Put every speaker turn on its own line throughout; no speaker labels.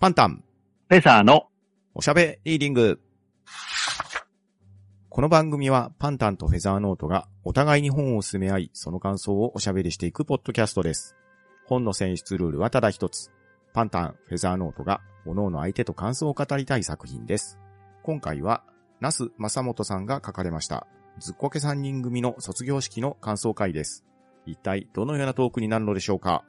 パンタン、
フェザーの、
おしゃべリーディング。この番組はパンタンとフェザーノートがお互いに本を進め合い、その感想をおしゃべりしていくポッドキャストです。本の選出ルールはただ一つ。パンタン、フェザーノートが各々相手と感想を語りたい作品です。今回は、ナス正元さんが書かれました、ずっこけ3人組の卒業式の感想会です。一体どのようなトークになるのでしょうか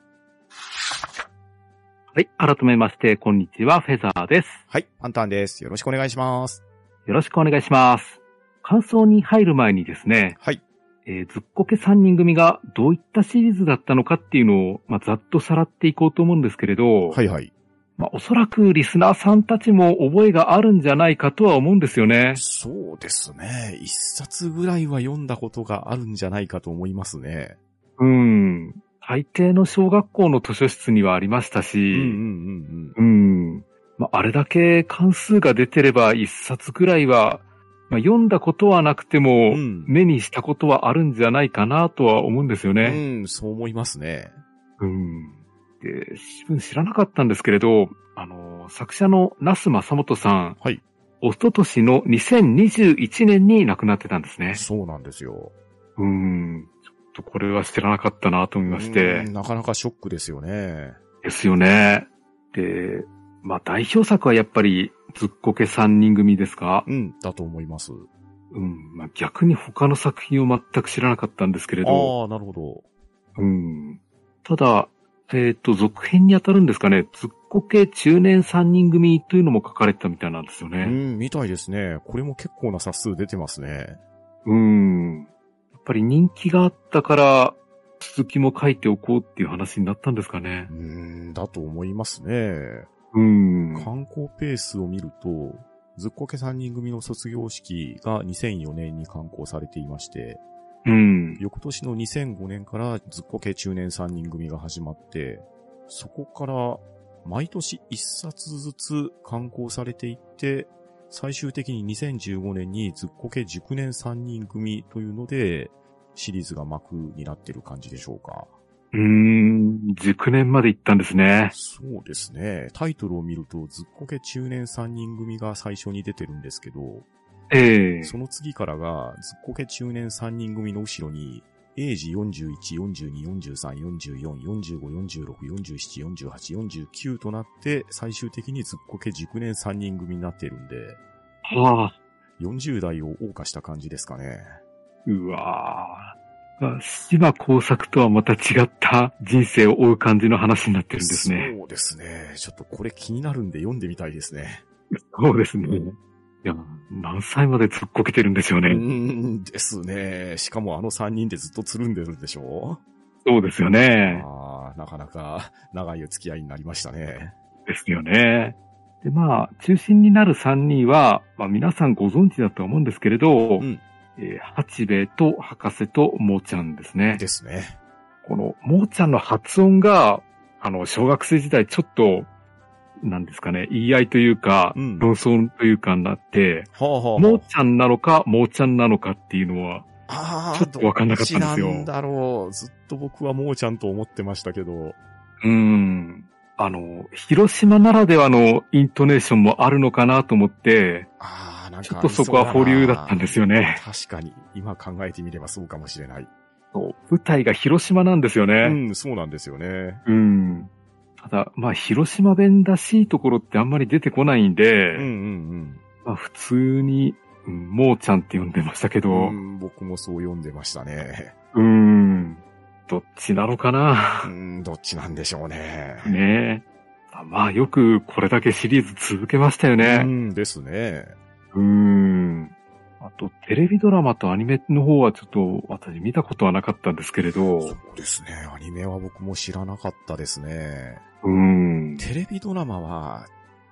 はい、改めまして、こんにちは、フェザーです。
はい、パンタンです。よろしくお願いします。
よろしくお願いします。感想に入る前にですね、
はい。
えーずっこけ3人組がどういったシリーズだったのかっていうのを、まあ、ざっとさらっていこうと思うんですけれど、
はいはい。
まあ、おそらくリスナーさんたちも覚えがあるんじゃないかとは思うんですよね。
そうですね。一冊ぐらいは読んだことがあるんじゃないかと思いますね。
うん。大抵の小学校の図書室にはありました
う
し、
ん
うん、まあ、あれだけ関数が出てれば一冊ぐらいは、まあ、読んだことはなくて
う
も、
んうん。
目にしたことはあるんじゃないかなとは思うんですよ
う
ね。
ん。うん、そう思いますね。
うん。で、自分知らなかったんですけれど、あの、作者の那須正元さん、
はい。
おととしの2021年に亡くなってたんですね。
そうなんですよ。
うん。ちょっとこれは知らなかったなと思いまし
う
て
ん。なかなかショックですよね。
ですよね。で、まあ代表作はやっぱり、ずっこけ三人組ですか
うん、だと思います。あ
うん。まあ逆に他の作品を全く知らなかったんですけれ
あ
ど。
ー、なるほど。
うん。ただ、えっ、と、続編に当たるんですかね、ずっこけ中年3人組というのも書かれてたみたいなんですよ
う
ね。
ん、みたいですね。これも結構な冊数出てますね。
うん。やっぱり人気があったから、続きも書いておこうっていう話になったんですかね
う。ん、だと思いますね。
うん。
観光ペースを見ると、ずっこけ3人組の卒業式が2004年に刊行されていまして、
うん。
翌年の2005年からずっこけ中年3人組が始まって、そこから毎年1冊ずつ刊行されていって、最終的に2015年にずっこけ熟年3人組というので、シリーズが幕になってる感じでしょうか。
うん。熟年まで行ったんですね。
そうですね。タイトルを見ると、ずっこけ中年3人組が最初に出てるんですけど、
ええ
その次からが、ずっこけ中年3人組の後ろに、エイジ41、42、43、44、45、46、47、48、49となって、最終的にずっこけ熟年3人組になってるんで、
はあ。
40代を謳歌した感じですかね。
うわあ。島工作とはまた違った人生を追う感じの話になってるんですね。
そうですね。ちょっとこれ気になるんで読んでみたいですね。
そうですね。いや、何歳まで突っこけてるんですよ
う
ね。
ーんですね。しかもあの3人でずっとつるんでるんでしょ
そうですよね。
ああ、なかなか長いお付き合いになりましたね。
ですよね。で、まあ、中心になる3人は、まあ、皆さんご存知だとは思うんですけれど、
うん
えー八兵衛と博士ともーちゃんですね。
ですね。
この、もーちゃんの発音が、あの、小学生時代ちょっと、なんですかね、言い合いというか、
うん
論争というかになって、
はあはあはあ
もーちゃんなのか、もーちゃんなのかっていうのは、
ああ、
ちょっとわかんなかったんですよ
どちなんだろう。ずっと僕はもうちゃんと思ってましたけど。
うーん。あの、広島ならではのイントネーションもあるのかなと思って、
ああ、なんか。
ちょっとそこは保留だったんですすよね。。
確かに、今考えてみればそうかもしれない。
そう舞台が広島なんですよ
う
ね。
ん、そうなんですよね。
うん。ただ、まあ、広島弁らしいところってあんまり出てこないんで、
うんうん
まあ、普通に、うんもーちゃんって呼んでましたけど、
う。
うん。
うんん、僕もそう読んでましたね。
どっちなのか
う
な
ん、どっちなんでしょうね。
ねえ。まあ、よくこれだけシリーズ続けましたよね。
うん、ですね。
うーん。あと、テレビドラマとアニメの方はちょっと私見たことはなかったんですけれ
そ
ど、
うですね。アニメは僕も知らなかったですね。
うーん。
テレビドラマは、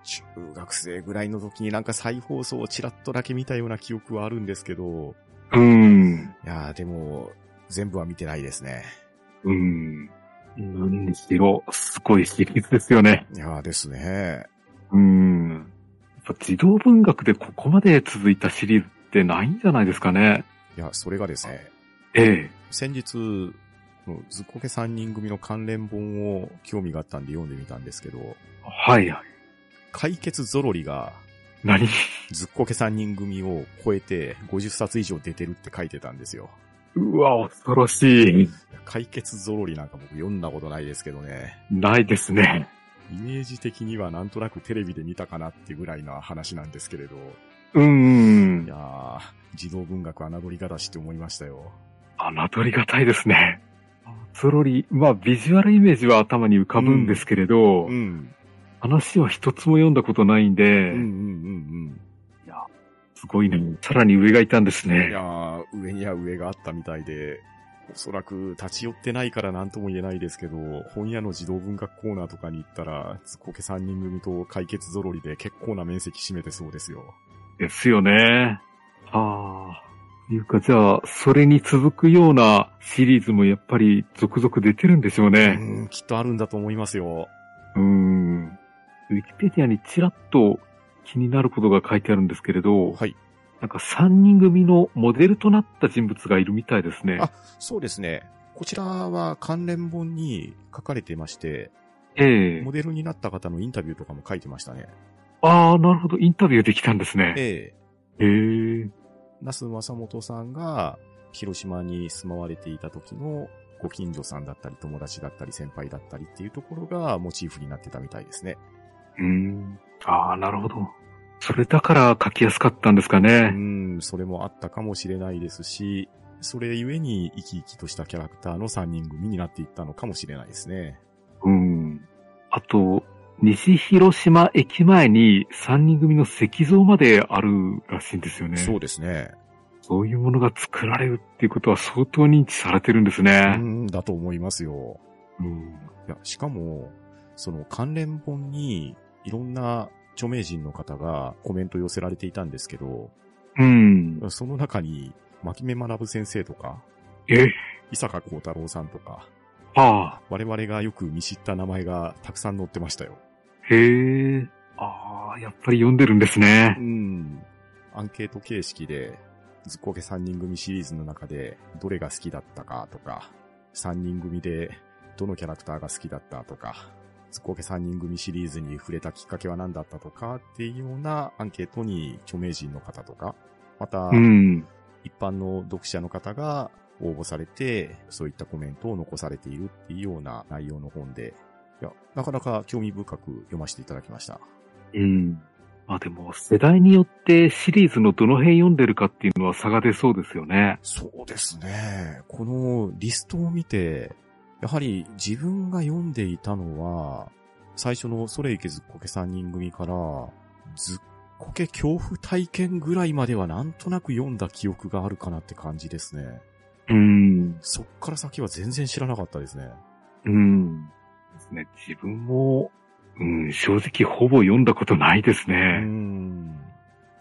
中学生ぐらいの時になんか再放送をちらっとだけ見たような記憶はあるんですけど、
うーん。
いやーでも、全部は見てないですね。
うーん。何にしろ、すごいシリーズですよね。
いやーですね。
うーん。やっぱ児童文学でここまで続いたシリーズってないんじゃないですかね。
いや、それがですね、
ええ。
先日、このずっこけ3人組の関連本を興味があったんで読んでみたんですけど、
はいはい。
解決ゾロリが、
何
ずっこけ3人組を超えて50冊以上出てるって書いてたんですよ。
うわ、恐ろしい。
解決ゾロリなんか僕読んだことないですけどね。
ないですね。
イメージ的にはなんとなくテレビで見たかなってぐらいな話なんですけれど。
う
い
ん。
やー、児童文学侮りがたしって思いましたよ。
侮りがたいですね。ゾロリ、まあ、ビジュアルイメージは頭に浮かぶんですけれど、
うん。
話は一つも読んだことないんで、
うんうんうん
すごいね。さらに上がいたんです
うん。い
ね
や。ー、上には上があったみたいで、おそらく立ち寄ってないから何とも言えないですけど、本屋の児童文学コーナーとかに行ったら、ずっこけ3人組と解決ぞろりで結構な面積占めてそうですよ。
ですよね。ああ。というか、じゃあ、それに続くようなシリーズもやっぱり続々出てるんでしょう
う
ね。
ん、きっとあるんだと思いますよ。
うーん。ウィキペディアにちらっと気になることが書いてあるんですけれど、
はい。
なんか3人組のモデルとなった人物がいるみたいですね。
あそうですね。こちらは関連本に書かれてまして、
ええ
モデルになった方のインタビューとかも書いてましたね。
ああ、なるほど。インタビューできたんですね。
ええ。
ええ
那須正元さんが広島に住まわれていた時のご近所さんだったり友達だったり先輩だったりっていうところがモチーフになってたみたいですね。
うん。ああ、なるほど。それだから書きやすかったんですか
う
ね。
ん、それもあったかもしれないですし、それゆえに生き生きとしたキャラクターの3人組になっていったのかもしれないですね。
うん。あと、西広島駅前に3人組の石像まであるらしいんですよね。
そうですね。
そういうものが作られるっていうことは相当認知されてるんです
う
ね。
ん、だと思いますよ。
うん。
いや、しかも、その関連本にいろんな著名人の方がコメント寄せられていたんですけど、
うん。
その中に、牧目学先生とか、
え、
伊坂幸太郎さんとか、
ああ、
我々がよく見知った名前がたくさん載ってましたよ。
へえ。ああ、やっぱり読んでるんですね
う。ん。アンケート形式で、ずっこけ3人組シリーズの中で、どれが好きだったかとか、3人組で、どのキャラクターが好きだったとか、ずっこけ3人組シリーズに触れたきっかけは何だったとかっていうようなアンケートに著名人の方とか、また、
うん。
一般の読者の方が応募されて、そういったコメントを残されているっていうような内容の本で、いや、なかなか興味深く読ませていただきました。
うん。まあでも、世代によってシリーズのどの辺読んでるかっていうのは差が出そうですよね。
そうですね。このリストを見て、やはり自分が読んでいたのは、最初のソレイケズッコケ3人組から、ズッコケ恐怖体験ぐらいまではなんとなく読んだ記憶があるかなって感じですね。
うん。
そっから先は全然知らなかったですね。
うん。ですね。自分も、うん、正直ほぼ読んだことないです
うー
ね。
ん。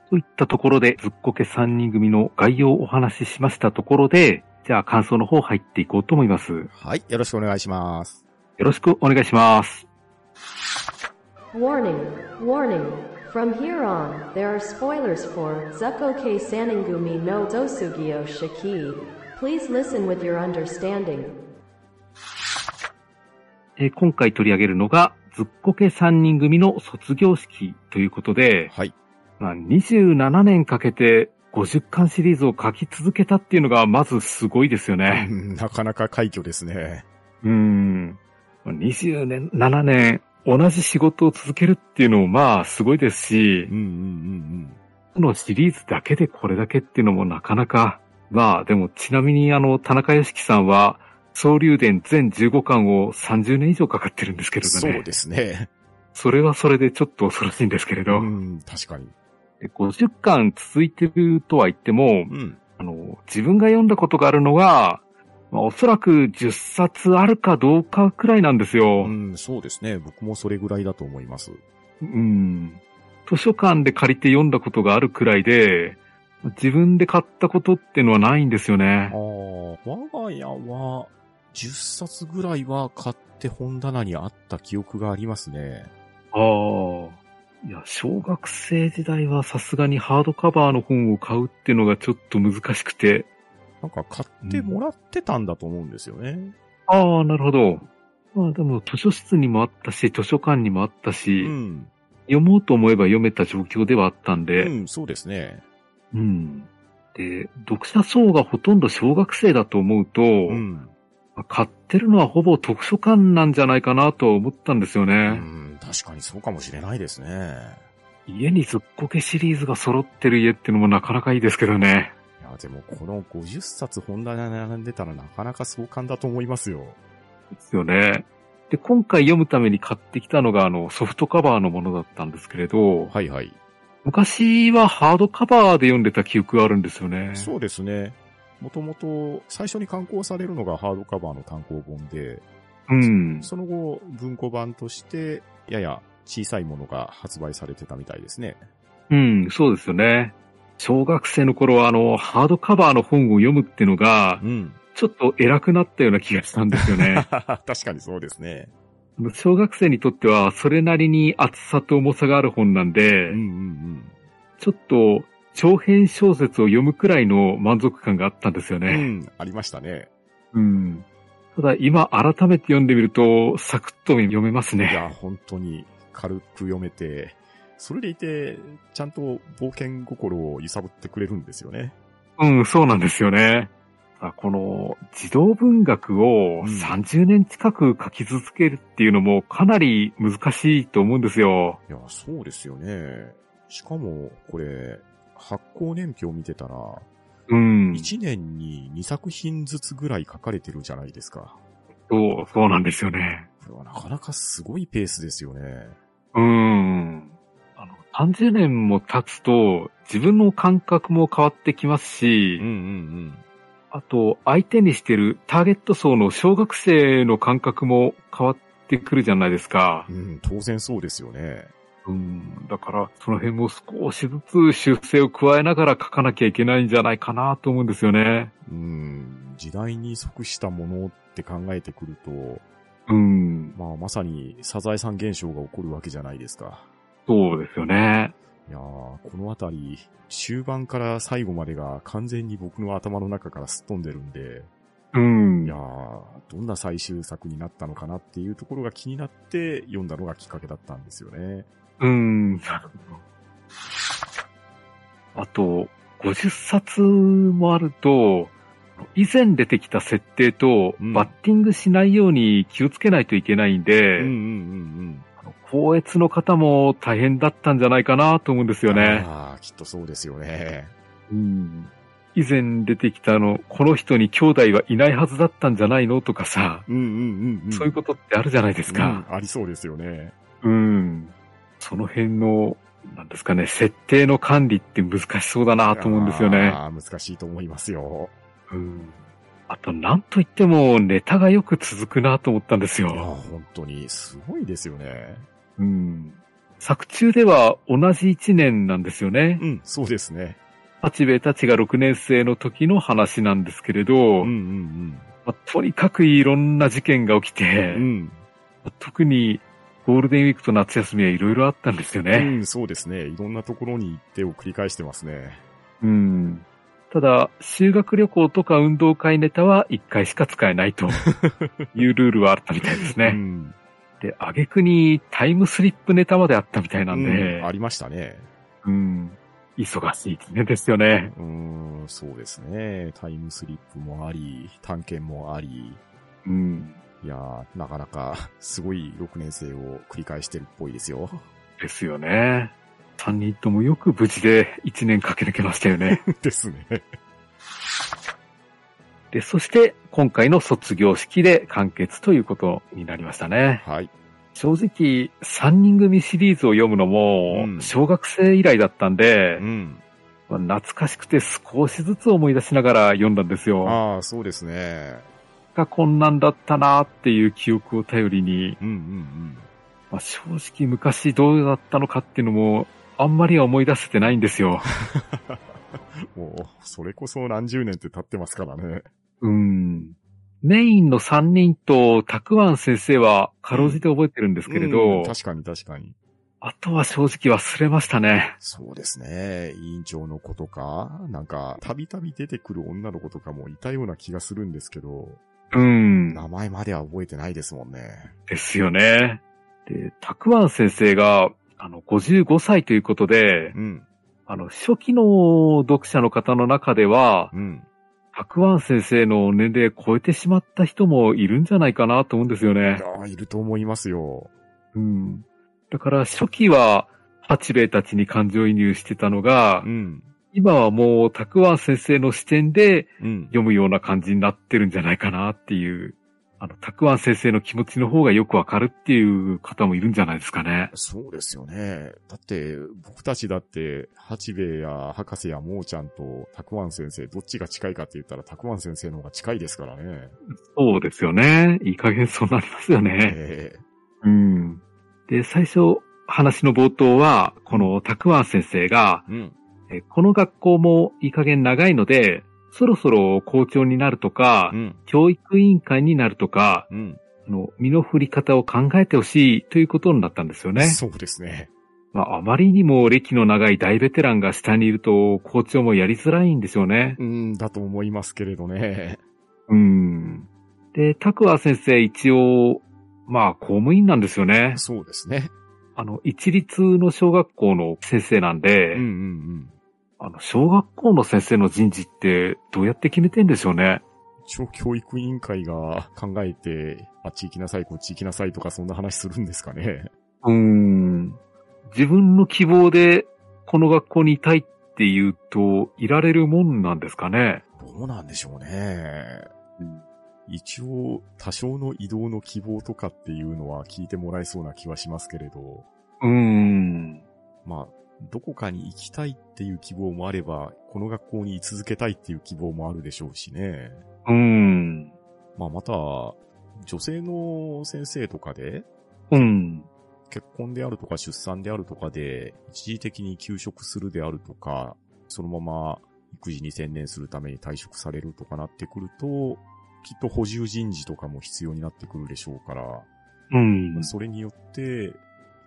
といったところで、ずっこけ3人組の概要をお話ししましたところで、じゃあ感想の方入っていこうと思います。よ
はい、よろしくお願いします。
ろしくお願いします。
Warning, warning. From here on, there are spoilers for Zuko K Saningumi no Dosugyo Shiki. Please listen with your understanding.
えー今回取り上げるのが、ずっこけ3人組の卒業式ということで、
はい。
まあ、27年かけて50巻シリーズを書き続けたっていうのがまずすごいです よね。
なかなか快挙ですね。
うん。27年同じ仕事を続けるっていうのもまあすごいですし
うん、うんうん
このシリーズだけでこれだけっていうのもなかなか、まあでもちなみにあの田中良樹さんは総流伝全15巻を30年以上かかってるんです
う
け
ん。
れどね。
そうですね。
それはそれでちょっと恐ろしいんですけれ
う
ど。
ん、確かに。
で50巻続いてるとは言って
う
も、
ん。
あの、自分が読んだことがあるのが、まあおそらく10冊あるかどうかくらいなんですよ。
うん、そうですね。僕もそれぐらいだと思います。
うん。図書館で借りて読んだことがあるくらいで、自分で買ったことってのはないんですよ
あ
ね
あ。、我が家は、10冊ぐらいは買って本棚にあった記憶がありますね。
ああ。いや、小学生時代はさすがにハードカバーの本を買うっていうのがちょっと難しくて。
なんか買ってもらってたんだと思うんですよね。
ああ、なるほど。まあでも図書室にもあったし、図書館にもあったし、
うん。
読もうと思えば読めた状況ではあったん
う
で、
ん、そうですね。
うん。で、読者層がほとんど小学生だと思うと、
うん。
まあ買ってるのはほぼ図書館なんじゃないかなと思ったんですよ
う
ね。
ん、確かにそうかもしれないですね。
家にずっこけシリーズが揃ってる家ってのもなかなかいいですけどね。
いや、でもこの50冊本棚に並んでたらなかなか壮観だと思いますよ。
ですよね。で、今回読むために買ってきたのがあのソフトカバーのものだったんですけれど、
はいはい。
昔はハードカバーで読んでた記憶があるんですよね。
そうですね。もともと最初に刊行されるのがハードカバーの単行本で、
うん。
その後文庫版としてやや小さいものが発売されてたみたいですね。
うん、そうですよね。小学生の頃はあの、ハードカバーの本を読むってのが、
うん。
ちょっと偉くなったような気がしたんですよね。
確かにそうですね。
あの小学生にとっては、それなりに厚さと重さがある本なん
う
で、
んうん
ちょっと、長編小説を読むくらいの満足感があったんですよ
うん。う
ね。
ん、ありましたね。
うん。ただ、今改めて読んでみると、サクッと読めます
い
ね。
や、本当に軽く読めて、それでいて、ちゃんと冒険心を揺さぶってくれるんですよね。
うん、そうなんですよね。あこの児童文学を
うん
30年近く書き続けるっていうのもかなり難しいと思うんですよ。
いや、そうですよね。しかも、これ、発行年表見てたら、
うん。
1年に2作品ずつぐらい書かれてるじゃないですか。
そう、そうなんですよね。
これはなかなかすごいペースですよね。
うん。あの、30年も経つと自分の感覚も変わってきますし、
ん
あと相手にしてるターゲット層の小学生の感覚も変わってくるじゃないですか。
うん。うん、当然そうですよね。
うん、だから、その辺も少しずつ修正を加えながら書かなきゃいけないんじゃないかなと思うんですよね。
うん、時代に即したものって考えてくると、
うん、
まあまさにサザエさん現象が起こるわけじゃないですか。
そうですよね。
いやー、このあたり、終盤から最後までが完全に僕の頭の中からすっ飛んでるんで、
うん。
いやー、どんな最終作になったのかなっていうところが気になって読んだのがきっかけだったんですよね。
うん。あと、50冊もあると、以前出てきた設定と、
うん
バッティングしないように気をつけないといけないんで、
ん
あの校閲の方も大変だったんじゃないかなと思うんですよね。
ああ、きっとそうですよね。
うん以前出てきたあの、この人に兄弟はいないはずだったんじゃないのとかさ、
うんうんうん、
そういうことってあるじゃないですか。
うんありそうですよね。
うん。その辺の、なんですかね、設定の管理って難しそうだなと思うんですよね。
ああ、難しいと思いますよ。
うん。あと、なんといってもネタがよく続くなと思ったんです
いやー、
よ。
本当に、すごいですよね。
うん。作中では同じ一年なんですよね。
うん、そうですね。
八兵衛たちが6年生の時の話なんですけれ
う
ど、
んうん
まあとにかくいろんな事件が起きて、
うん。うん。
特にゴールデンウィークと夏休みはいろいろあったんですよ
う
ね。
ん、そうですね。いろんなところに行ってを繰り返してますね。
うん。ただ、修学旅行とか運動会ネタは1回しか使 えないというルールはあったみたいです
う
ね。
ん。
で、挙句にタイムスリップネタまであったみたいなん
うんあ
で、
りましたね。
うん。忙しい一年ですよね。
うーん、そうですね。タイムスリップもあり、探検もあり、
うん。
いやー、なかなかすごい6年生を繰り返してるっぽいですよ。
ですよね。3人ともよく無事で1年駆け抜けました よね。
ですね。
で、そして今回の卒業式で完結ということになりましたね。
はい。
正直、三人組シリーズを読むのも
う、ん
小学生以来だったんで、
うん。
まあ懐かしくて少しずつ思い出しながら読んだんですよ。
ああ、そうですね。
がこんなんだったなっていう記憶を頼りに、
うんうん
まあ正直昔どうだったのかっていうのも、あんまりは思い出せてないんですよ。
うん。もう、それこそ何十年って経ってますからね。
うん。メインの三人と、たくわん先生は、かろうじて覚えてるんですけれど、
うん確かに確かに。
あとは正直忘れましたね。
そうですね。委員長の子とか、なんか、たびたび出てくる女の子とかもいたような気がするんですけど、
うん。
名前までは覚えてないですもんね。
ですよね。で、たくわん先生が、あの、55歳ということで
う、ん、
あの、初期の読者の方の中では、
うん。
白湾先生の年齢超えてしまった人もいるんじゃないかなと思うんですよ
い
ね。
やーいると思いますよ。
うん。だから初期は、八兵衛たちに感情移入してたのが
う、ん、
今はもう、たくわん先生の視点で
うん。
読むような感じになってるんじゃないかなっていう、あの、たくわん先生の気持ちの方がよくわかるっていう方もいるんじゃないですかね。
そうですよね。だって、僕たちだって、八兵衛や博士やもーちゃんと、たくわん先生、どっちが近いかって言ったら、たくわん先生の方が近いですからね。
そうですよね。いい加減そうなりますよね。
え
うん。で、最初、話の冒頭は、このたくわん先生が、
えうん。
えこの学校もいい加減長いので、そろそろ校長になるとか
う、ん。
教育委員会になるとか、
うん。
あの、身の振り方を考えてほしいということになったんですよね。
そうですね。
まあ、あまりにも歴の長い大ベテランが下にいると、校長もやりづらいんでしょうね。
うん、だと思いますけれどね。
うん。で、タクワ先生一応、まあ、公務員なんですよね。
そうですね。
あの、一律の小学校の先生なんで、
うんうんうん。
あの、小学校の先生の人事ってどうやって決めてんでしょうね。
一応教育委員会が考えて、あっち行きなさい、こっち行きなさいとかそんな話するんですかね。
うん。自分の希望で、この学校にいたいっていうと、いられるもんなんですかね。
どうなんでしょうね。一応、多少の移動の希望とかっていうのは聞いてもらえそうな気はしますけれど、
うん。
まあ、どこかに行きたいっていう希望もあれば、この学校に居続けたいっていう希望もあるでしょうしね。
うん。
まあ、また、女性の先生とかで、
うん。
結婚であるとか出産であるとかで、一時的に休職するであるとか、そのまま育児に専念するために退職されるとかなってくると、きっと補充人事とかも必要になってくるでしょうから、
うん。
それによって、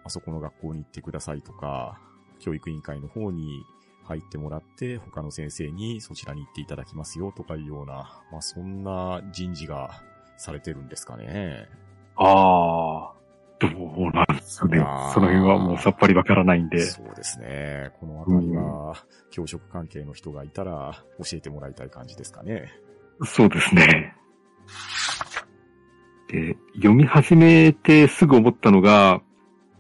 あそこの学校に行ってくださいとか、教育委員会の方に入ってもらって、他の先生にそちらに行っていただきますよとかいうような、まあそんな人事がされてるんですかね。
ああ。どうなんですかね
いやー。
その辺はもうさっぱりわからないんで。
そうですね。このあたりは、教職関係の人がいたら教えてもらいたい感じですかね。
そうですね。で、読み始めてすぐ思ったのが、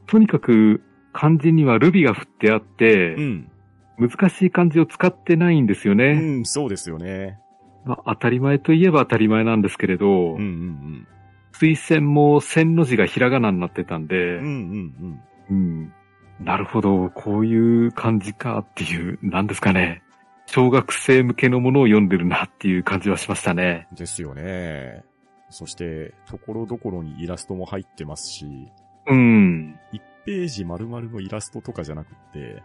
とにかく漢字にはルビが振ってあって、
ん。
難しい漢字を使ってないんですよ
う
ね。
ん、そうですよね。
まあ、当たり前といえば当たり前なんですけれど
うん、うん
推薦も線の字がひらがなになってたんで
うん。うん、うん
うん。なるほど、こういう感じかっていう、なんですかね。小学生向けのものを読んでるなっていう感じはしましたね。
うん。ですよね。そして、ところどころにイラストも入ってますし、
うん。
1ページ丸々のイラストとかじゃなくって、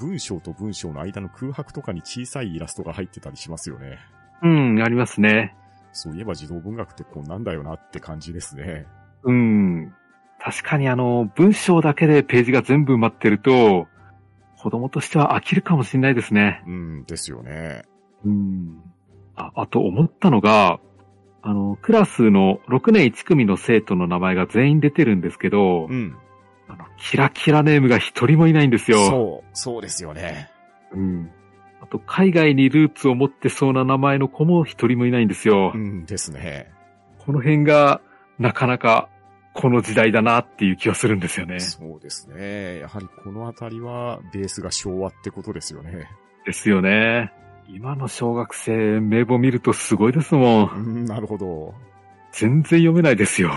文章と文章の間の空白とかに小さいイラストが入ってたりしますよね。
うん、ありますね。
そういえば児童文学ってこうなんだよなって感じですね。
うん。確かにあの、文章だけでページが全部埋まってると、子供としては飽きるかもしれないですね。
うん、ですよね。
うん。あ、あと思ったのが、あの、クラスの6年1組の生徒の名前が全員出てるんですけど、
うん。
あのキラキラネームが一人もいないんですよ。
そう、そうですよね。
うん。あと、海外にルーツを持ってそうな名前の子も一人もいないんですよ。
うんですね。
この辺が、なかなか、この時代だなっていう気がするんですよね。
そうですね。やはりこのあたりはベースが昭和ってことですよね。
ですよね。今の小学生、名簿見るとすごいですも。
うんん、なるほど。
全然読めないですよ。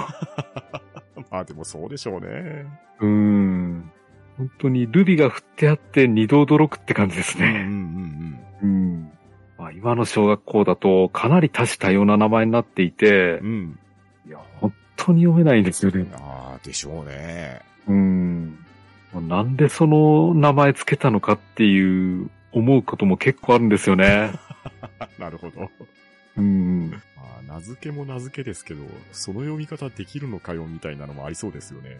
まあでもそうでしょうね。
うーん。本当に、ルビが振ってあって二度驚くって感じです
うんうんう
ね。
ん
うん。まあ、今の小学校だと、かなり多種多様な名前になっていて
う、ん。
いや、本当に読めないんですよ
う
ね
ん。。ああ、でしょうね。
うん。なんでその名前つけたのかっていう思うことも結構あるんですよね。
なるほど。
うん。
まあ、名付けも名付けですけど、その読み方できるのかよみたいなのもありそうですよね。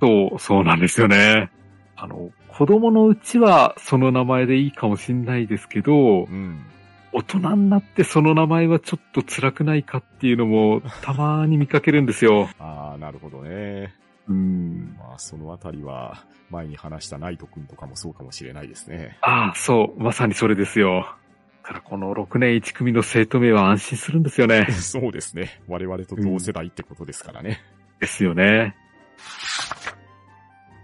そう、そうなんですよね。あの、子供のうちはその名前でいいかもしんないですけど
う、ん。
大人になってその名前はちょ っと辛くないかっていうのもたまに見かけるんですよ。
ああ、なるほどね。
うん。
まあ、そのあたりは、前に話したナイト君とかもそうかもしれないですね。。
ああ、そう、まさにそれですよ。だからこの6年1組の生徒名は安心するんですよね
そうですね。我々と同世代ってことですからね。
ですよね。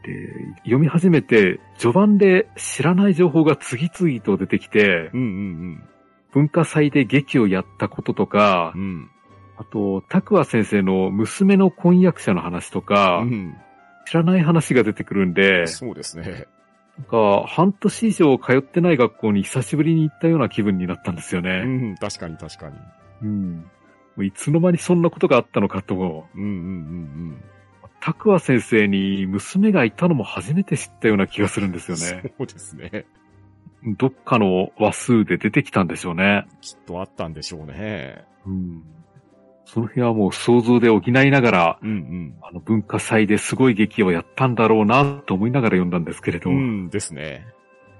で、読み始めて、序盤で知らない情報が次々と出てきて、
うんうん
文化祭で劇をやったこととか
うん。う、ん。
あと、たくわ先生の娘の婚約者の話とか、
うん。
知らない話が出てくるんで、
そうですね。
なんか、半年以上通ってない学校に久しぶりに行ったような気分になったんですよ
う
ね。
ん、確かに確かに。
うん。もういつの間にそんなことがあったのかと、
うんうんうん
たくわ先生に娘がいたのも初めて知ったような気がするんです
うん。
よね。
そうですね。
どっかの話数で出てきたんでしょうね。
きっとあったんでしょうね。
うん。その辺はもう想像で補いながら、
うん
あの文化祭ですごい劇をやったんだろうなと思いながら読んだんですけれ
う
ど、
ん。うんですね。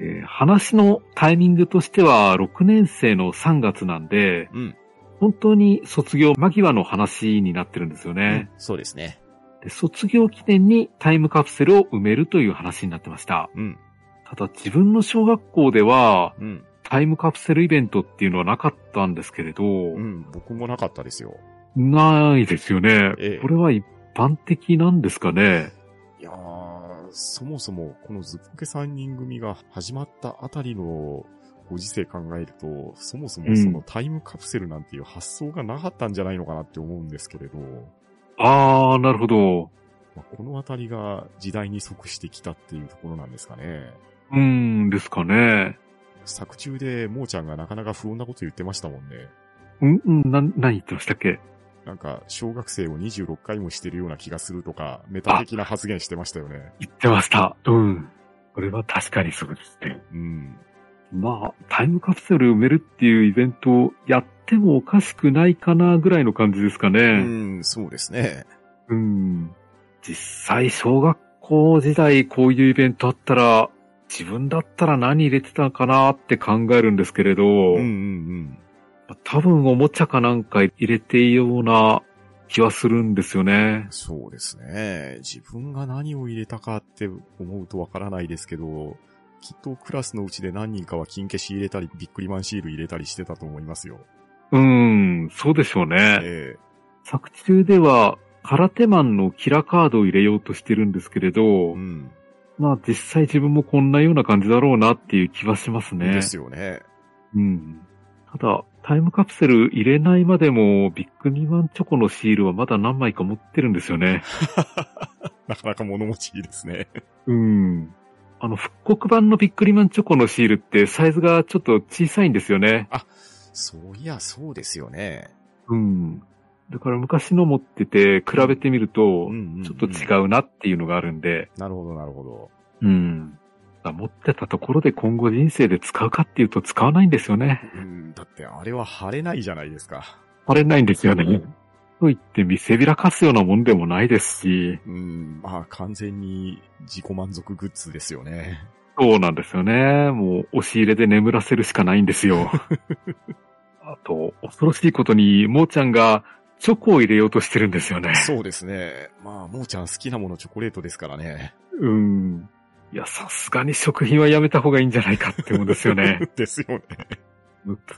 えー話のタイミングとしては6年生の3月なんで、
うん。
本当に卒業間際の話になってるんですよね、
そうですね。
で。卒業記念にタイムカプセルを埋めるという話になってました。
うん。
ただ自分の小学校では
うん。
タイムカプセルイベントっていうのはなかったんですけれど、
うん。僕もなかったですよ。
ないですよね、
ええ
これは一般的なんですかね。
いやー、そもそも、このずっこけ三人組が始まったあたりのご時世考えると、そもそもそのタイムカプセルなんていう発想がなかったんじゃないのかなって思うんですけれど、
あー、なるほど。
まあこのあたりが時代に即してきたっていうところなんですかね。
うーん、ですかね。
作中で、もーちゃんがなかなか不穏なこと言ってましたもんね。
うん、うん、な、何言ってましたっけ
なんか、小学生を26回もしてるような気がするとか、メタ的な発言してましたよね。
言ってました。うん。これは確かにそうですね。
うん。
まあ、タイムカプセル埋めるっていうイベントをやってもおかしくないかなぐらいの感じですか
う
ね。
ん、そうですね。
うん。実際、小学校時代こういうイベントあったら、自分だったら何入れてたかなって考えるんですけれど、
うんうんうん。
まあ多分おもちゃかなんか入れていいような気はするんですよね。
そうですね。自分が何を入れたかって思うとわからないですけど、きっとクラスのうちで何人かは金消し入れたり、ビックリマンシール入れたりしてたと思いますよ。
うん、そうでしょうね。
え
作中では、空手マンのキラカードを入れようとしてるんですけれ
え
ど、
うん。
まあ実際自分もこんなような感じだろうなっていう気はしますね。
ですよね。
うん。ただ、タイムカプセル入れないまでも、ビッグミマンチョコのシールはまだ何枚か持ってるんですよね。
なかなか物持ちいいですね。
うん。あの、復刻版のビックリマンチョコのシールってサイズがちょっと小さいんですよね。
そういや、そうですよね。
うん。だから昔の持ってて比べてみると、
ん
ちょっと
う
違うなっていうのがあるんで、
ん。なるほど、なるほど。
うん。持ってたところで今後人生で使うかっていうと使わないんですよね。
うん、だってあれは貼れないじゃないですか。
されないんですよね。
うん
と言って見せびらかすようなもんでもないですし、
うん、まあ完全に自己満足グッズですよね。
そうなんですよね。もう押し入れで眠らせるしかないんです よ。あと、恐ろしいことに、もーちゃんがチョコを入れようとしてるんですよね。
そうですね。まあ、もーちゃん好きなものチョコレートですからね。
うん。いや、さすがに食品はやめた方がいいんじゃないかって思うんですよ ね。
ですよね。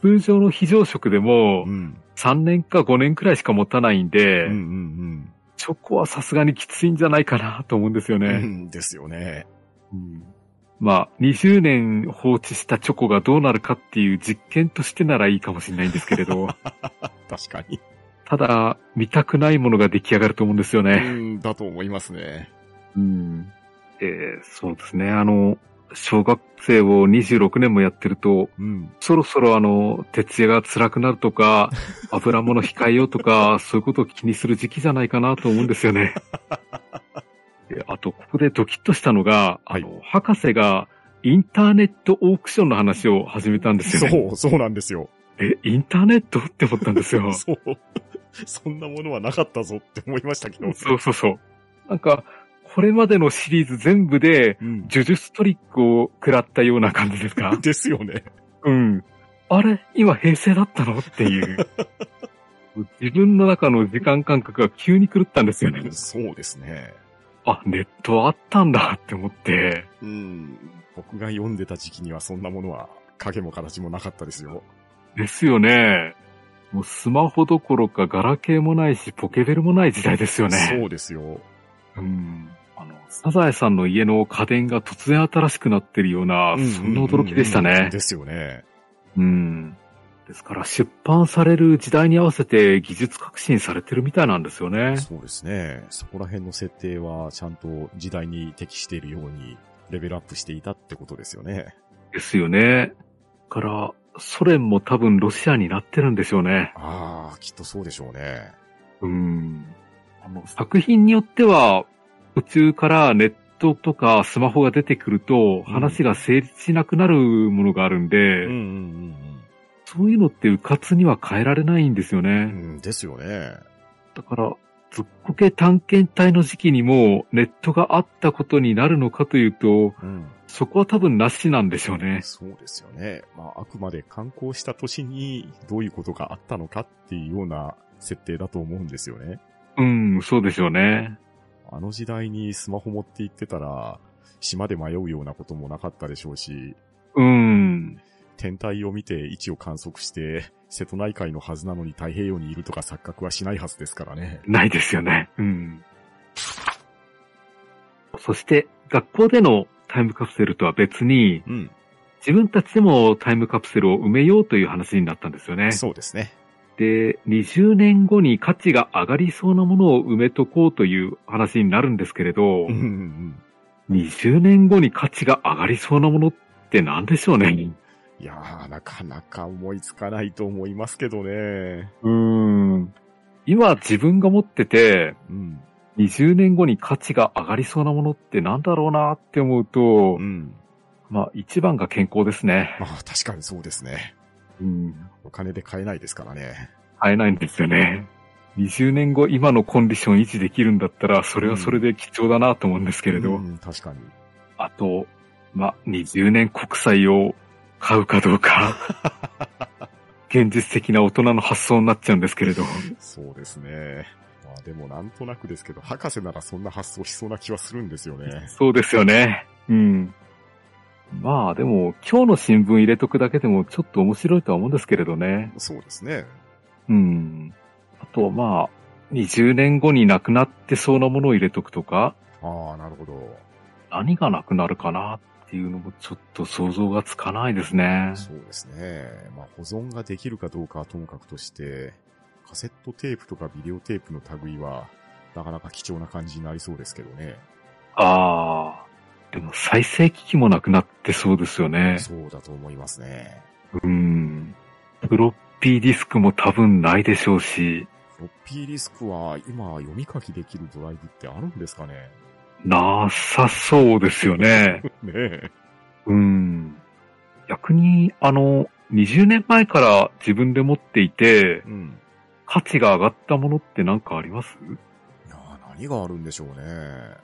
通常の非常食でも
う、ん。
3年か5年くらいしか持たないん
う
で、
んうん
チョコはさすがにきついんじゃないかなと思うんですよ
うん。う
ね。
ん、ですよね。
まあ、20年放置したチョコがどうなるかっていう実験としてならいいかもしれないんですけれ ど、
確かに。
ただ、見たくないものが出来上がると思うんですよ
う
ね。
ん、だと思いますね。
うん。えーそうですね。あの、小学生を26年もやってると、
うん。
そろそろあの、徹夜が辛くなる とか、油物控えようとか、そういうことを気にする時期じゃないかなと思うんです よね。であと、ここでドキッとしたのが、あの、博士がインターネットオークションの話を始めたんですよね。
そう、そうなんですよ。。
え、インターネットって思ったんですよ
そう。そんなものはなかったぞって思いましたけど。
そうそうそう。なんか、これまでのシリーズ全部で、
うん。
呪術トリックを食らったような感じですか
ですよね。
うん。あれ今平成だったのっ ていう。自分の中の時間感覚が急に狂ったんですよね。
そうですね。
あ、ネットあったんだって思って、
うん。僕が読んでた時期にはそんなものは影も形もなかったですよ。
ですよね。もうスマホどころかガラケーもないし、ポケベルもない時代ですよね。
そうですよ。
うん。あの、サザエさんの家の家電が突然新しくなってるような、そんな驚きでした
うんうんうん
ね。
ですよね。
うん。ですから、出版される時代に合わせて技術革新されてるみたいなんですよね。
そうですね。そこら辺の設定はちゃんと時代に適しているようにレベルアップしていたってことですよね。
ですよね。だから、ソ連も多分ロシアになってるんでしょうね。
ああ、きっとそうでしょうね。
うん。あの、作品によっては、途中からネットとかスマホが出てくると、話が成立しなくなるものがあるんで、
うんうん
そういうのって迂闊には変えられないんですよ
うんうん。
ね。
うん、ですよね。
だから、ずっこけ探検隊の時期にもネットがあったことになるのかというと、
うん。
そこは多分なしなんでしょうね。
そうですよね。まあ、あくまで観光した年にどういうことがあったのかっていうような設定だと思うんですよね。
うん、そうでしょうね。
あの時代にスマホ持って行ってたら、島で迷うようなこともなかったでしょうし、
うん。
天体を見て位置を観測して、瀬戸内海のはずなのに太平洋にいるとか錯覚はしないはずですからね。
ないですよね。うん。そして、学校でのタイムカプセルとは別に、
うん。
自分たちでもタイムカプセルを埋めようという話になったんですよね。
そうですね。
で、20年後に価値が上がりそうなものを埋めとこうという話になるんですけれど、
うんうんうん。
20年後に価値が上がりそうなものって何でしょうね。
いやー、なかなか思いつかないと思いますけどね。
うん。今自分が持ってて、
うん。
20年後に価値が上がりそうなものってなんだろうなって思うと、
うん。
まあ一番が健康ですね。
まあ、確かにそうですね。
うん。
お金で買えないですからね。
買えないんですよね。20年後今のコンディション維持できるんだったら、それはそれで貴重だなと思うんですけれど、
うん、確かに。
あと、まあ20年国債を買うかどう か、現実的な大人の発想になっちゃうんですけれど。
そうですね。まあでもなんとなくですけど、博士ならそんな発想しそうな気はするんですよ ね。
そうですよね。うん。まあでも、今日の新聞入れとくだけでもちょっと面白いとは思うんですけれどね。
そうですね。
うん。あと、まあ、20年後になくなってそうなものを入れとくとか、
ああ、なるほど。
何がなくなるかなっていうのもちょっと想像がつかないですね。
そうですね。まあ保存ができるかどうかはともかくとして、カセットテープとかビデオテープの類は、なかなか貴重な感じになりそうですけどね。
ああ。でも再生機器もなくなってそうですよね。
そうだと思いますね。
うん。フロッピーディスクも多分ないでしょうし、
フロッピーディスクは今読み書きできるドライブってあるんですかね
なさそうですよね。
ねえ。
うん。逆に、あの、20年前から自分で持っていて、
うん。
価値が上がったものって何かあります
いやー何があるんでしょうね。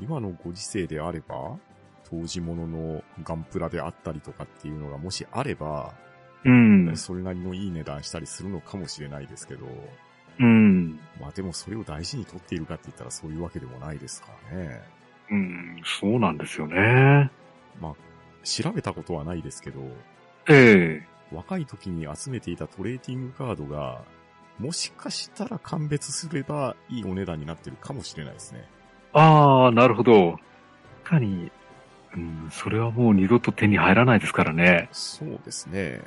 今のご時世であれば、当時もののガンプラであったりとかっていうのがもしあれば、
うん。
それなりのいい値段したりするのかもしれないですけど、
うん。
まあでもそれを大事に取っているかって言ったらそういうわけでもないですからね。
うん、そうなんですよね。
まあ、調べたことはないですけど、
ええ
若い時に集めていたトレーディングカードが、もしかしたら鑑別すればいいお値段になってるかもしれないですね。
ああ、なるほど。確かに、うん、それはもう二度と手に入らないですからね。
そうですね。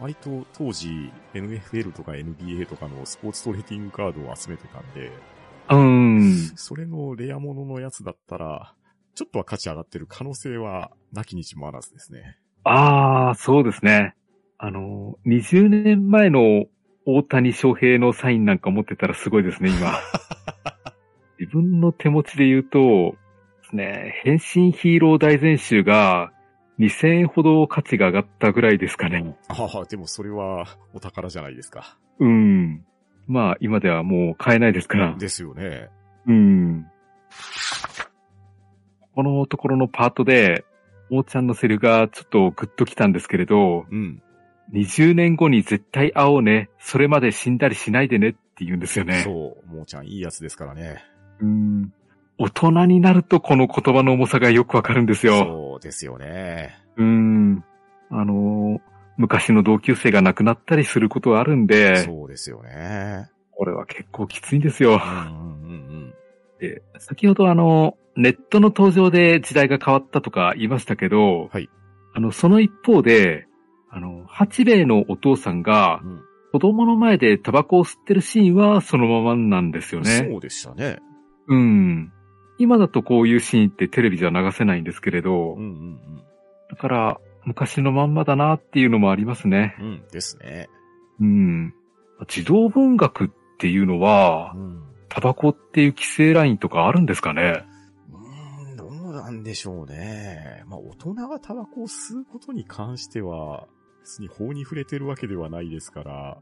割と当時 NFL とか NBA とかのスポーツトレーディングカードを集めてたんで、
うん。
それのレアもののやつだったら、ちょっとは価値上がってる可能性はなきにしもあらずですね。
ああ、そうですね。あの、20年前の大谷翔平のサインなんか持ってたらすごいですね、 今。自分の手持ちで言うと、ですね、変身ヒーロー大全集が2000円ほど価値が上がったぐらいですかね。
ああ、でもそれはお宝じゃないですか。
うん。まあ、今ではもう買えないですから。
ですよね。
うん。このところのパートで、おーちゃんのセリフがちょっとグッときたんですけれど、
うん。
20年後に絶対会おうね。それまで死んだりしないでねって言うんですよね。
そう、もうちゃんいいやつですからね。
うん。大人になるとこの言葉の重さがよくわかるんですよ。
そうですよね。
うーん。あのー昔の同級生が亡くなったりすることはあるんで、
そうですよね。
これは結構きついんですよ
う。んうんうん
で、先ほどあの、ネットの登場で時代が変わったとか言いましたけど、
はい
あの、その一方で、あの、八兵衛のお父さんが
うん。
子供の前でタバコを吸ってるシーンはそのままなんですよね。
そうでしたね。
うん。今だとこういうシーンってテレビじゃ流せないんですけれど
うん、うん
だから昔のまんまだなっていうのもありますね。
うん。うんですね。
うん。児童文学っていうのは
う、ん。
タバコっていう規制ラインとかあるんですかね
うーん、どうなんでしょうね。まあ、大人がタバコを吸うことに関しては、別に法に触れてるわけではないですから、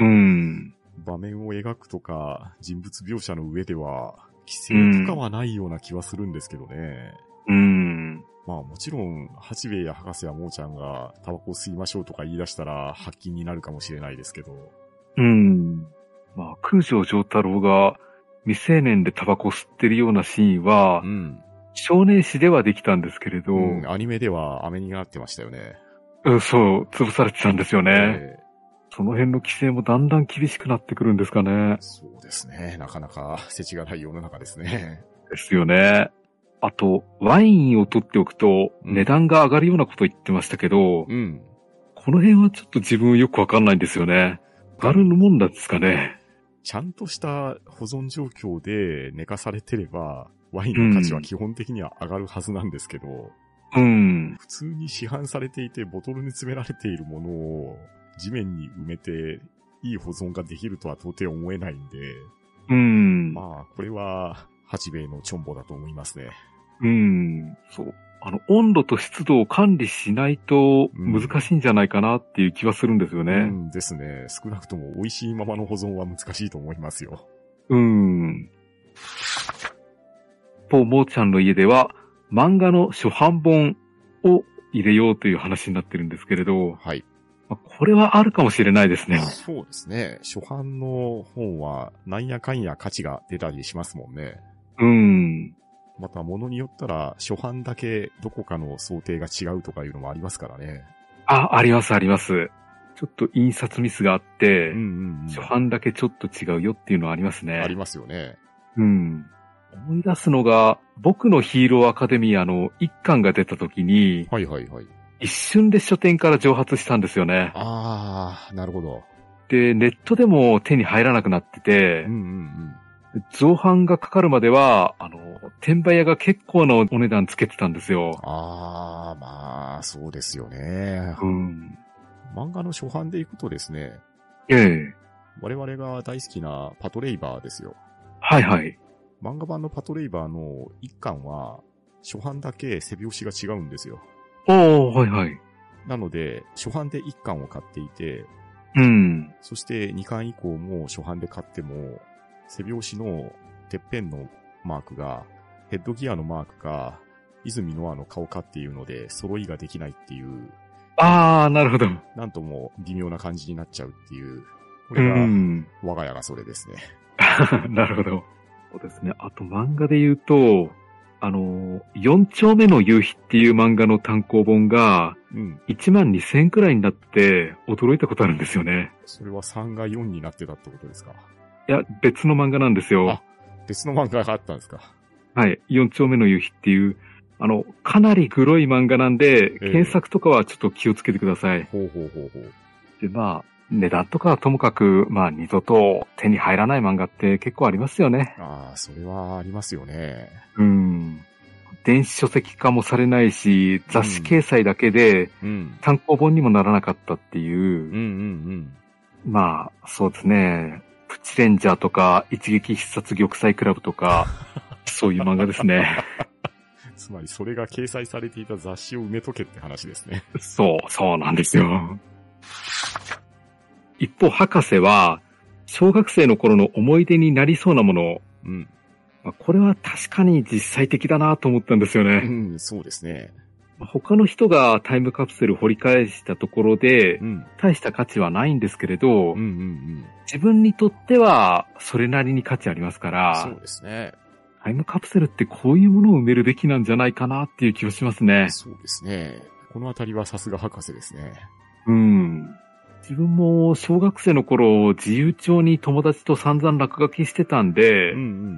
うん。
場面を描くとか、人物描写の上では、規制とかはないような気はするんですけどね。
うん。
まあもちろん、八兵衛や博士やもーちゃんがタバコを吸いましょうとか言い出したら発禁になるかもしれないですけど。
うん。まあ、空城城太郎が未成年でタバコ吸ってるようなシーンは
う、ん。
少年誌ではできたんですけれど、
うん、アニメでは飴になってましたよね。
うんそう、潰されてたんですよね。
え
その辺の規制もだんだん厳しくなってくるんですかね
え。そうですね。なかなか世知がない世の中ですね。
ですよね。あと、ワインを取っておくと
うん
値段が上がるようなこと言ってましたけど、
うん。
この辺はちょっと自分よくわかんないんですよね。上がるもんなんですかね。
ちゃんとした保存状況で寝かされてれば、ワインの価値は基本的には上がるはずなんですけど、
うん。
普通に市販されていてボトルに詰められているものを地面に埋めていい保存ができるとは到底思えないんで、
うん。
まあ、これは、八兵衛のチョンボだと思いますね。
うん。そう。あの、温度と湿度を管理しないと
うん
難しいんじゃないかなっていう気はするんですよ
う
ね。
んですね。少なくとも美味しいままの保存は難しいと思いますよ。
うん。ポーモーちゃんの家では漫画の初版本を入れようという話になってるんですけれど、
はい。
まあこれはあるかもしれないですね。
そうですね。初版の本は、なんやかんや価値が出たりしますもんね。
うん。
また、ものによったら、初版だけどこかの想定が違うとかいうのもありますからね。
あ、ありますあります。ちょっと印刷ミスがあって、
ん
初版だけちょっと違うよっていうのはありますね。
ありますよね。
うん。思い出すのが、僕のヒーローアカデミアの一巻が出た時に、
はいはいはい。
一瞬で書店から蒸発したんですよね。
あー、なるほど。
で、ネットでも手に入らなくなってて
うんう、ん
造版がかかるまでは、あの、転売屋が結構なお値段つけてたんですよ。
あー、まあ、そうですよね。
うん。
漫画の初版でいくとですね、
ええ。
我々が大好きなパトレイバーですよ。
はいはい。
漫画版のパトレイバーの一巻は、初版だけ背表紙が違うんですよ。
おー、はいはい。
なので、初版で一巻を買っていて、
うん。
そして二巻以降も初版で買っても、背表紙のてっぺんのマークが、ヘッドギアのマークが、泉ノアの顔かっていうので、揃いができないっていう、
あー、なるほど。
なんとも微妙な感じになっちゃうっていう、こ
う
れが、
ん。
我が家がそれですね。
なるほど。そうですね。あと漫画で言うと、あの、4丁目の夕日っていう漫画の単行本が
うん。
1万2000円くらいになって驚いたことあるんですよね。
それは3が4になってたってことですか
いや、別の漫画なんですよ
あ。別の漫画があったんですか
はい。4丁目の夕日っていう、あの、かなりグロい漫画なんで、
ええ
検索とかはちょっと気をつけてください。
ほうほうほうほう。
で、まあ、値段とかはともかく、まあ、二度と手に入らない漫画って結構ありますよね。
ああ、それはありますよね。
うん。電子書籍化もされないし、雑誌掲載だけで
うん。
単行本にもならなかったって
う
い
んう
う、
ん
まあ、そうですね。プチレンジャーとか、一撃必殺玉砕クラブ とか、そういう漫画ですね。
うん。つまり、それが掲載されていた雑誌を埋めとけって話ですね。
そう、そうなんですよ。一方、博士は、小学生の頃の思い出になりそうなものを、
うん。
まあこれは確かに実際的だなと思ったんですよね。
うん、そうですね。
他の人がタイムカプセル掘り返したところで
う、ん。
大した価値はないんですけれど、
うんうんうん。
自分にとってはそれなりに価値ありますから、
そうですね。
タイムカプセルってこういうものを埋めるべきなんじゃないかなっていう気がしますね。
そうですね。このあたりはさすが博士ですね。
うん。自分も小学生の頃、自由帳に友達と散々落書きしてたんで、
うんうん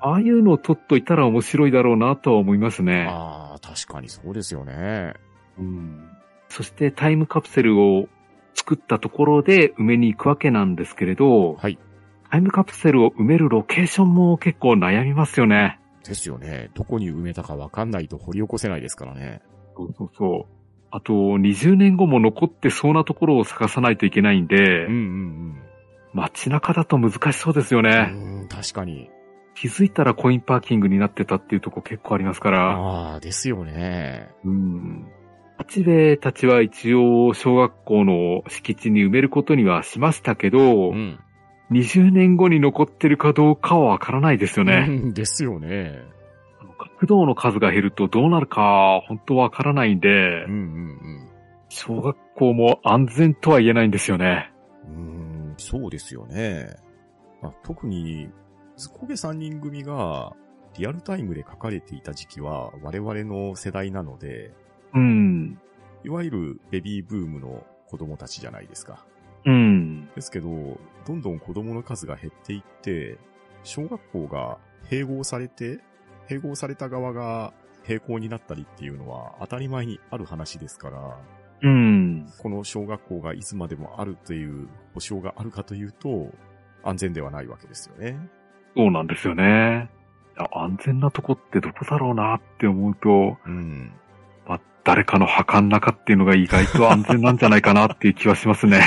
ああいうのを取っといたら面白いだろうなとは思いま
う
す
ん。
ね。
ああ、確かにそうですよね。
うん、そしてタイムカプセルを作ったところで埋めに行くわけなんですけれど、
はい
タイムカプセルを埋めるロケーションも結構悩みますよね。
ですよね。どこに埋めたかわかんないと掘り起こせないですからね。
そうそうそう。あと、20年後も残ってそうなところを探さないといけないんで、
うんうん
街中だと難しそうですよ
う
ね。
ん。うん、確かに。
気づいたらコインパーキングになってたっていうとこ結構ありますから。
ああ、ですよね。
うん。八兵衛たちは一応小学校の敷地に埋めることにはしましたけど、
うん。
20年後に残ってるかどうかはわからないですよ
う
ね。
ん ですよね。
あの学童の数が減るとどうなるか本当わからないんで
うん、うん
小学校も安全とは言えないんですよね。
うん。うーん、そうですよね。あ特に、ズコゲ三人組がリアルタイムで書かれていた時期は我々の世代なので、
うん。
いわゆるベビーブームの子供たちじゃないですか。
うん。
ですけど、どんどん子供の数が減っていって、小学校が併合されて、併合された側が並行になったりっていうのは当たり前にある話ですから、
うん。
この小学校がいつまでもあるという保証があるかというと、安全ではないわけですよね。
そうなんですよね。いや安全なとこってどこだろうなって思うと、
うん。
まあ、誰かの墓の中っていうのが意外と安全なんじゃないかなっていう気はしますね。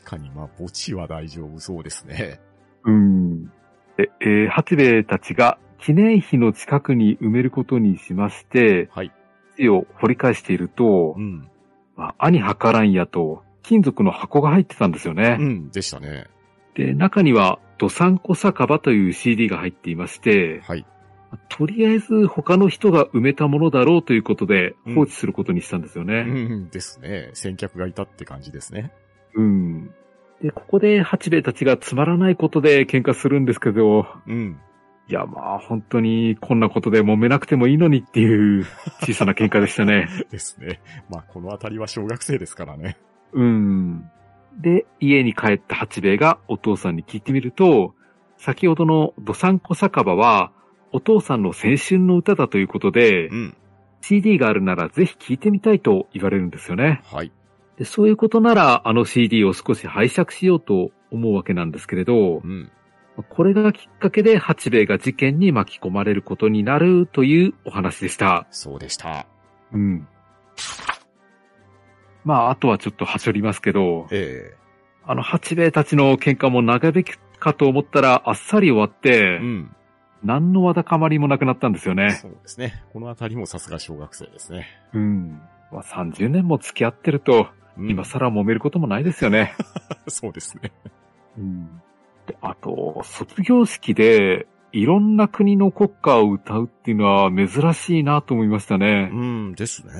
確かに、まあ、墓地は大丈夫そうですね。
うん。で、えー八兵衛たちが記念碑の近くに埋めることにしまして、
はい。
地を掘り返していると
う、ん。
まあ、兄墓ラインやと、金属の箱が入ってたんですよね。
うん、でしたね。
で、中には、ドサンコ酒場という CD が入っていまして、
はい。
とりあえず他の人が埋めたものだろうということで
うん
放置することにしたんですよね。
うん、ですね。先客がいたって感じですね。
うん。で、ここで八兵衛たちがつまらないことで喧嘩するんですけど、
うん。
いやまあ本当にこんなことで揉めなくてもいいのにっていう小さな喧嘩でしたね。
ですね。まあ、このあたりは小学生ですからね。
うん。で、家に帰った八兵衛がお父さんに聞いてみると、先ほどのどさんこ酒場はお父さんの青春の歌だということで、
ん。
CD があるならぜひ聴いてみたいと言われるんですよね。
はい。
で、そういうことなら、あの CD を少し拝借しようと思うわけなんですけれど、
ん。
これがきっかけで八兵衛が事件に巻き込まれることになるというお話でした。
そうでした。
うん。まあ、あとはちょっとはしょりますけど、
え
あの八兵衛たちの喧嘩も長引くかと思ったらあっさり終わって
え、ん。
何のわだかまりもなくなったんですよね。
そうですね。このあたりもさすが小学生ですね。
うん。まあ、30年も付き合ってると、
うん
今更揉めることもないですよね。
そうですね。
であと、卒業式で、いろんな国の国歌を歌うっていうのは珍しいなと思いましたね。
うん、ですね。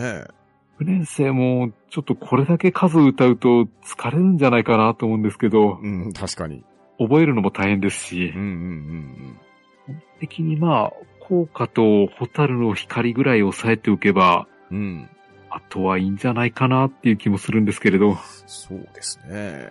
9年生もちょっとこれだけ数歌うと疲れるんじゃないかなと思うんですけど、
うん、確かに。
覚えるのも大変ですし
うん、、うん、
的にまあ、効果と蛍の光ぐらい抑えておけば、
うん。うん。
あとはいいんじゃないかなっていう気もするんですけれど。
そうですね。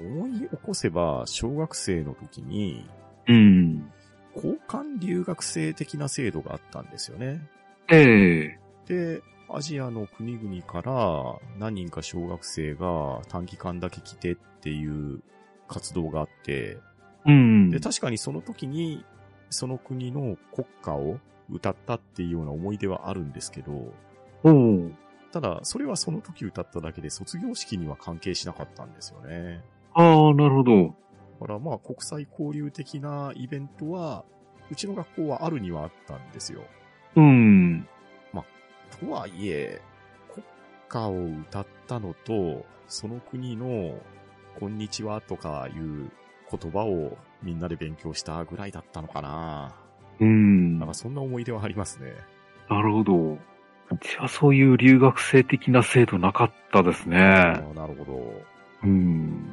思い起こせば、小学生の時に、
うん。
交換留学生的な制度があったんですよね。
ええ
で、アジアの国々から何人か小学生が短期間だけ来てっていう活動があって、
うん。
で、確かにその時に、その国の国歌を歌ったっていうような思い出はあるんですけど、
おう
ただ、それはその時歌っただけで卒業式には関係しなかったんですよね。
ああ、なるほど。
だからまあ、国際交流的なイベントは、うちの学校はあるにはあったんですよ。
うん。
とはいえ、国歌を歌ったのと、その国の、こんにちはとかいう言葉をみんなで勉強したぐらいだったのかな。
うん。
なんかそんな思い出はありますね。
なるほど。うちはそういう留学生的な制度なかったです
あ
ね。
ーなるほど。
うん。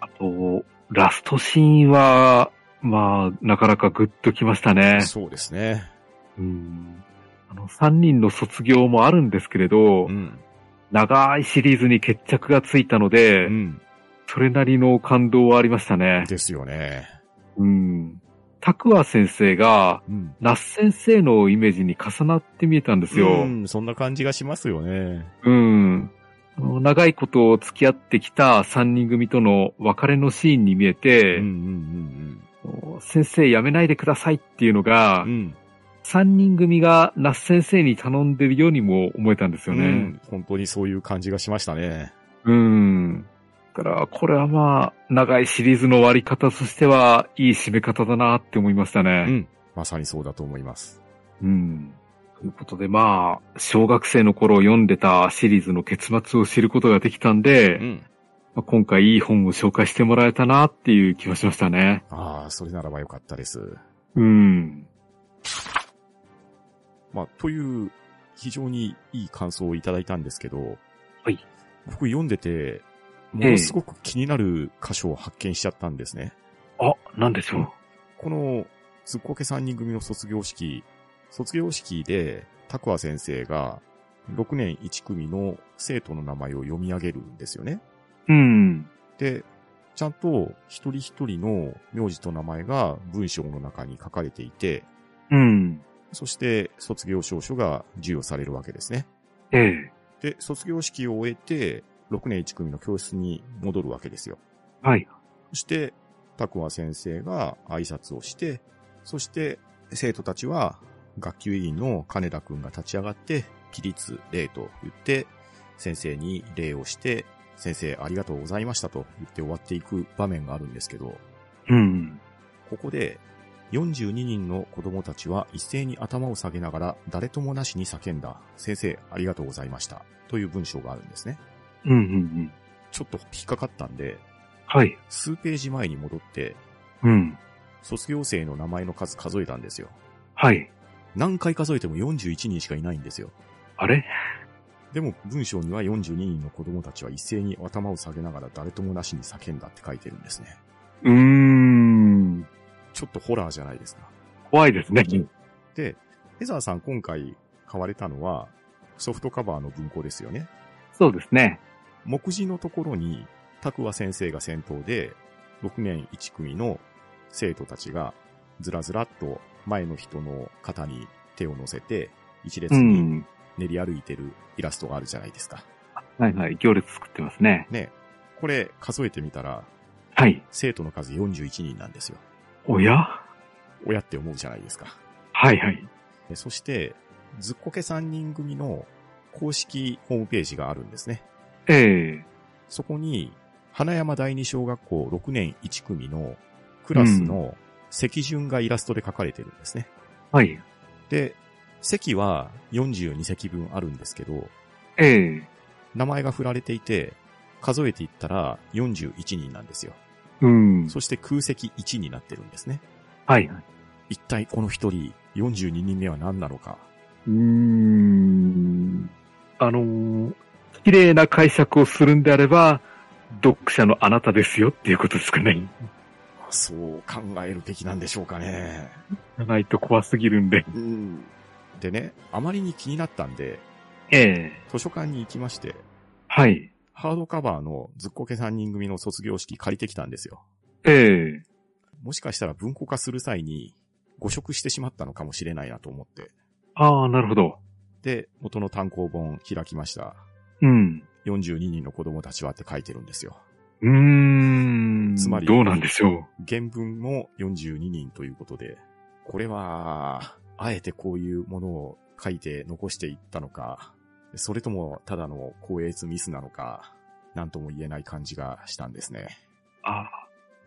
あと、ラストシーンは、まあ、なかなかグッときましたね。
そうですね。
うん。あの、3人の卒業もあるんですけれど、
うん。
長いシリーズに決着がついたので、
うん。
それなりの感動はありましたね。
ですよね。
うん。タクワ先生が、
うん。
ナス先生のイメージに重なって見えたんですよ。
うん、そんな感じがしますよね。
うん。あの長いこと付き合ってきた三人組との別れのシーンに見え
うん
て、
うん
先生辞めないでくださいっていうの
うんう
が
ん。う、ん。
三人組が那須先生に頼んでるようにも思えたんですよ
う
ね。
ん本当にそういう感じがしましたね。
うん。だから、これはまあ、長いシリーズの終わり方としては、いい締め方だなって思いました
う
ね。
ん。まさにそうだと思います。
うん。ということで、まあ、小学生の頃読んでたシリーズの結末を知ることができたんで、
うん。
まあ今回いい本を紹介してもらえたなっていう気がしましたね。
ああ、それならばよかったです。
うん。
まあ、という、非常にいい感想をいただいたんですけど、
はい。
僕読んでて、ものすごく気になる箇所を発見しちゃったんですね。
あ、なんでしょう。
この、ずっこけ三人組の卒業式、卒業式で、タクワ先生が、6年1組の生徒の名前を読み上げるんですよね。
うん。
で、ちゃんと一人一人の名字と名前が文章の中に書かれていて、
うん。
そして卒業証書が授与されるわけですね。
ええ。
で、卒業式を終えて、6年1組の教室に戻るわけですよ。
はい。
そして、タクワ先生が挨拶をして、そして、生徒たちは、学級委員の金田くんが立ち上がって、起立礼と言って、先生に礼をして、先生ありがとうございましたと言って終わっていく場面があるんですけど、
うん。
ここで、42人の子供たちは一斉に頭を下げながら誰ともなしに叫んだ、先生ありがとうございましたという文章があるんですね。
うんうんうん。
ちょっと引っかかったんで、
はい。
数ページ前に戻って、
うん。
卒業生の名前の数数えたんですよ。
はい。
何回数えても41人しかいないんですよ。
あれ
でも文章には42人の子供たちは一斉に頭を下げながら誰ともなしに叫んだって書いてるんですね。
うーん。
ちょっとホラーじゃないですか。
怖いですね。
で、ヘザーさん今回買われたのはソフトカバーの文庫ですよね。
そうですね。
目次のところに、タクワ先生が先頭で、6年1組の生徒たちが、ずらずらっと前の人の肩に手を乗せて、一列
う
に
ん。
練り歩いてるイラストがあるじゃないですか。
はいはい。行列作ってますね。
ね、これ数えてみたら、
はい。
生徒の数41人なんですよ。
おや
親って思うじゃないですか。
はいはい。
でそして、ずっこけ3人組の公式ホームページがあるんですね。
ええ。
そこに、花山第二小学校6年1組のクラスの席順がイラストで書かれてるんですね。
はい。
で、席は42席分あるんですけど、
ええ。
名前が振られていて、数えていったら41人なんですよ。
うん。
そして空席1になってるんですね。
はいはい。
一体この一人、42人目は何なのか。
うーん。あのー綺麗な解釈をするんであれば、読者のあなたですよっていうことですかね。
そう考えるべきなんでしょうかね。
じゃないと怖すぎるんで。
うん。でね、あまりに気になったんで、
ええ。
図書館に行きまして、
はい。
ハードカバーのずっこけ3人組の卒業式借りてきたんですよ。
ええ。
もしかしたら文庫化する際に誤植してしまったのかもしれないなと思って。
ああ、なるほど。
で、元の単行本開きました。
うん。
42人の子供たちはって書いてるんですよ。
うーん。
つまり
どうなんでしょう。
原文も42人ということで、これは、あえてこういうものを書いて残していったのか、それともただの光悦ミスなのか、なんとも言えない感じがしたんですね。
あ、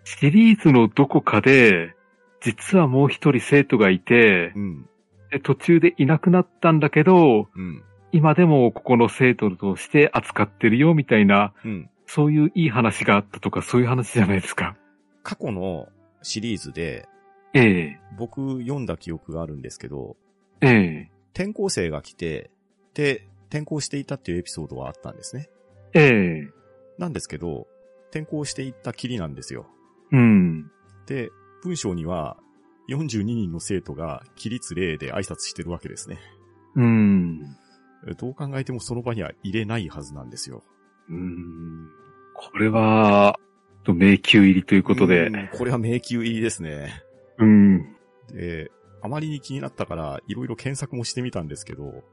シリーズのどこかで、実はもう一人生徒がいて、
うん、
で途中でいなくなったんだけど、
うん、
今でもここの生徒として扱ってるよみたいな、
うん。
そういういい話があったとかそういう話じゃないですか。
過去のシリーズで、
ええ、
僕読んだ記憶があるんですけど、
ええ、
転校生が来て、で、転校していたっていうエピソードはあったんですね。
ええ、
なんですけど、転校していったきりなんですよ。
うん、
で、文章には、42人の生徒が、起立例で挨拶してるわけですね。
うん。
どう考えてもその場には入れないはずなんですよ。
うん。これは、と迷宮入りということで。
うんこれは迷宮入りですね。
うん。
で、あまりに気になったから、いろいろ検索もしてみたんですけど、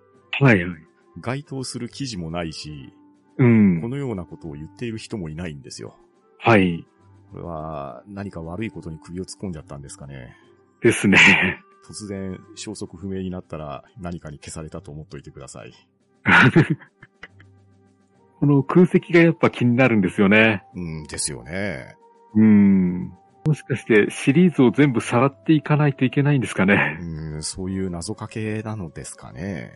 はいはい。
該当する記事もないし、
うん
こ。のようなことを言っている人もいないんですよ。
はい。
これは、何か悪いことに首を突っ込んじゃったんですかね。
ですね。
突然、消息不明になったら何かに消されたと思っといてください。
この空席がやっぱ気になるんですよね。
うんですよね。
うん。もしかしてシリーズを全部さらっていかないといけないんですかね。
うん、そういう謎かけなのですかね。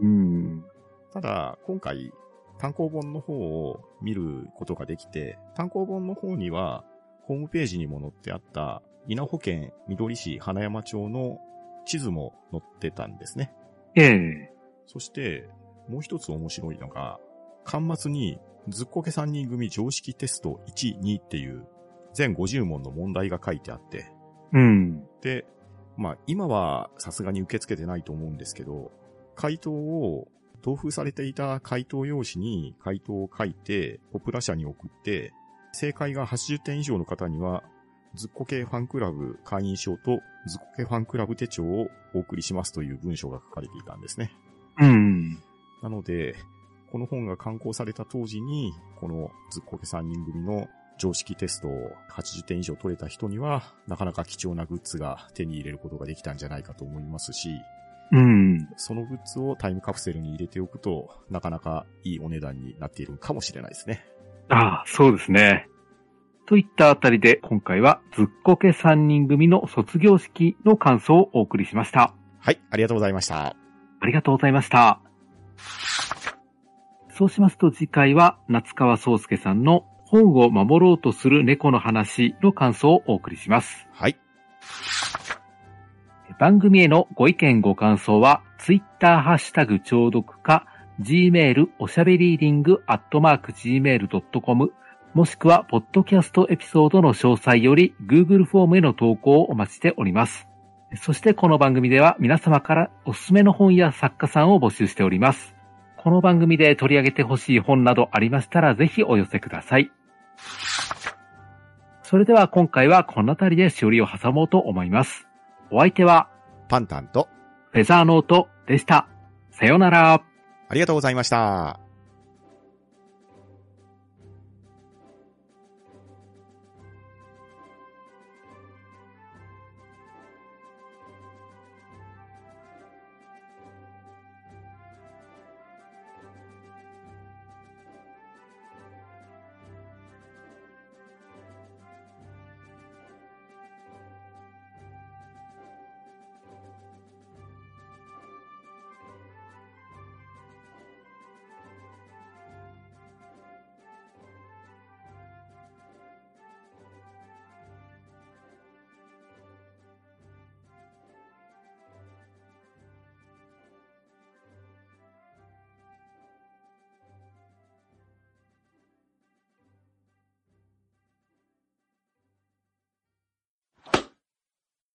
うん。
ただ、今回、単行本の方を見ることができて、単行本の方には、ホームページにも載ってあった、稲穂県緑市花山町の地図も載ってたんですね。
ええ。
そして、もう一つ面白いのが、端末に、ずっこけ3人組常識テスト1、2っていう、全50問の問題が書いてあって、
うん。
で、まあ今はさすがに受け付けてないと思うんですけど、回答を、同封されていた回答用紙に回答を書いて、ポプラ社に送って、正解が80点以上の方には、ずっこけファンクラブ会員証とずっこけファンクラブ手帳をお送りしますという文章が書かれていたんですね。
うん。
なので、この本が刊行された当時に、このずっこけ3人組の常識テストを80点以上取れた人には、なかなか貴重なグッズが手に入れることができたんじゃないかと思いますし、
うん。
そのグッズをタイムカプセルに入れておくと、なかなかいいお値段になっているかもしれないですね。
ああ、そうですね。といったあたりで今回はずっこけ3人組の卒業式の感想をお送りしました。
はい、ありがとうございました。
ありがとうございました。そうしますと次回は夏川宗介さんの本を守ろうとする猫の話の感想をお送りします。
はい、
番組へのご意見ご感想は、ツイッターハッシュタグ聴読か、gmail おしゃべりーディングアットマーク gmail.com、もしくは、ポッドキャストエピソードの詳細より、Google フォームへの投稿をお待ちしております。そして、この番組では皆様からおすすめの本や作家さんを募集しております。この番組で取り上げてほしい本などありましたら、ぜひお寄せください。それでは今回はこの辺りでしおりを挟もうと思います。お相手は、
パンタンと、
フェザーノートでした。さようなら。
ありがとうございました。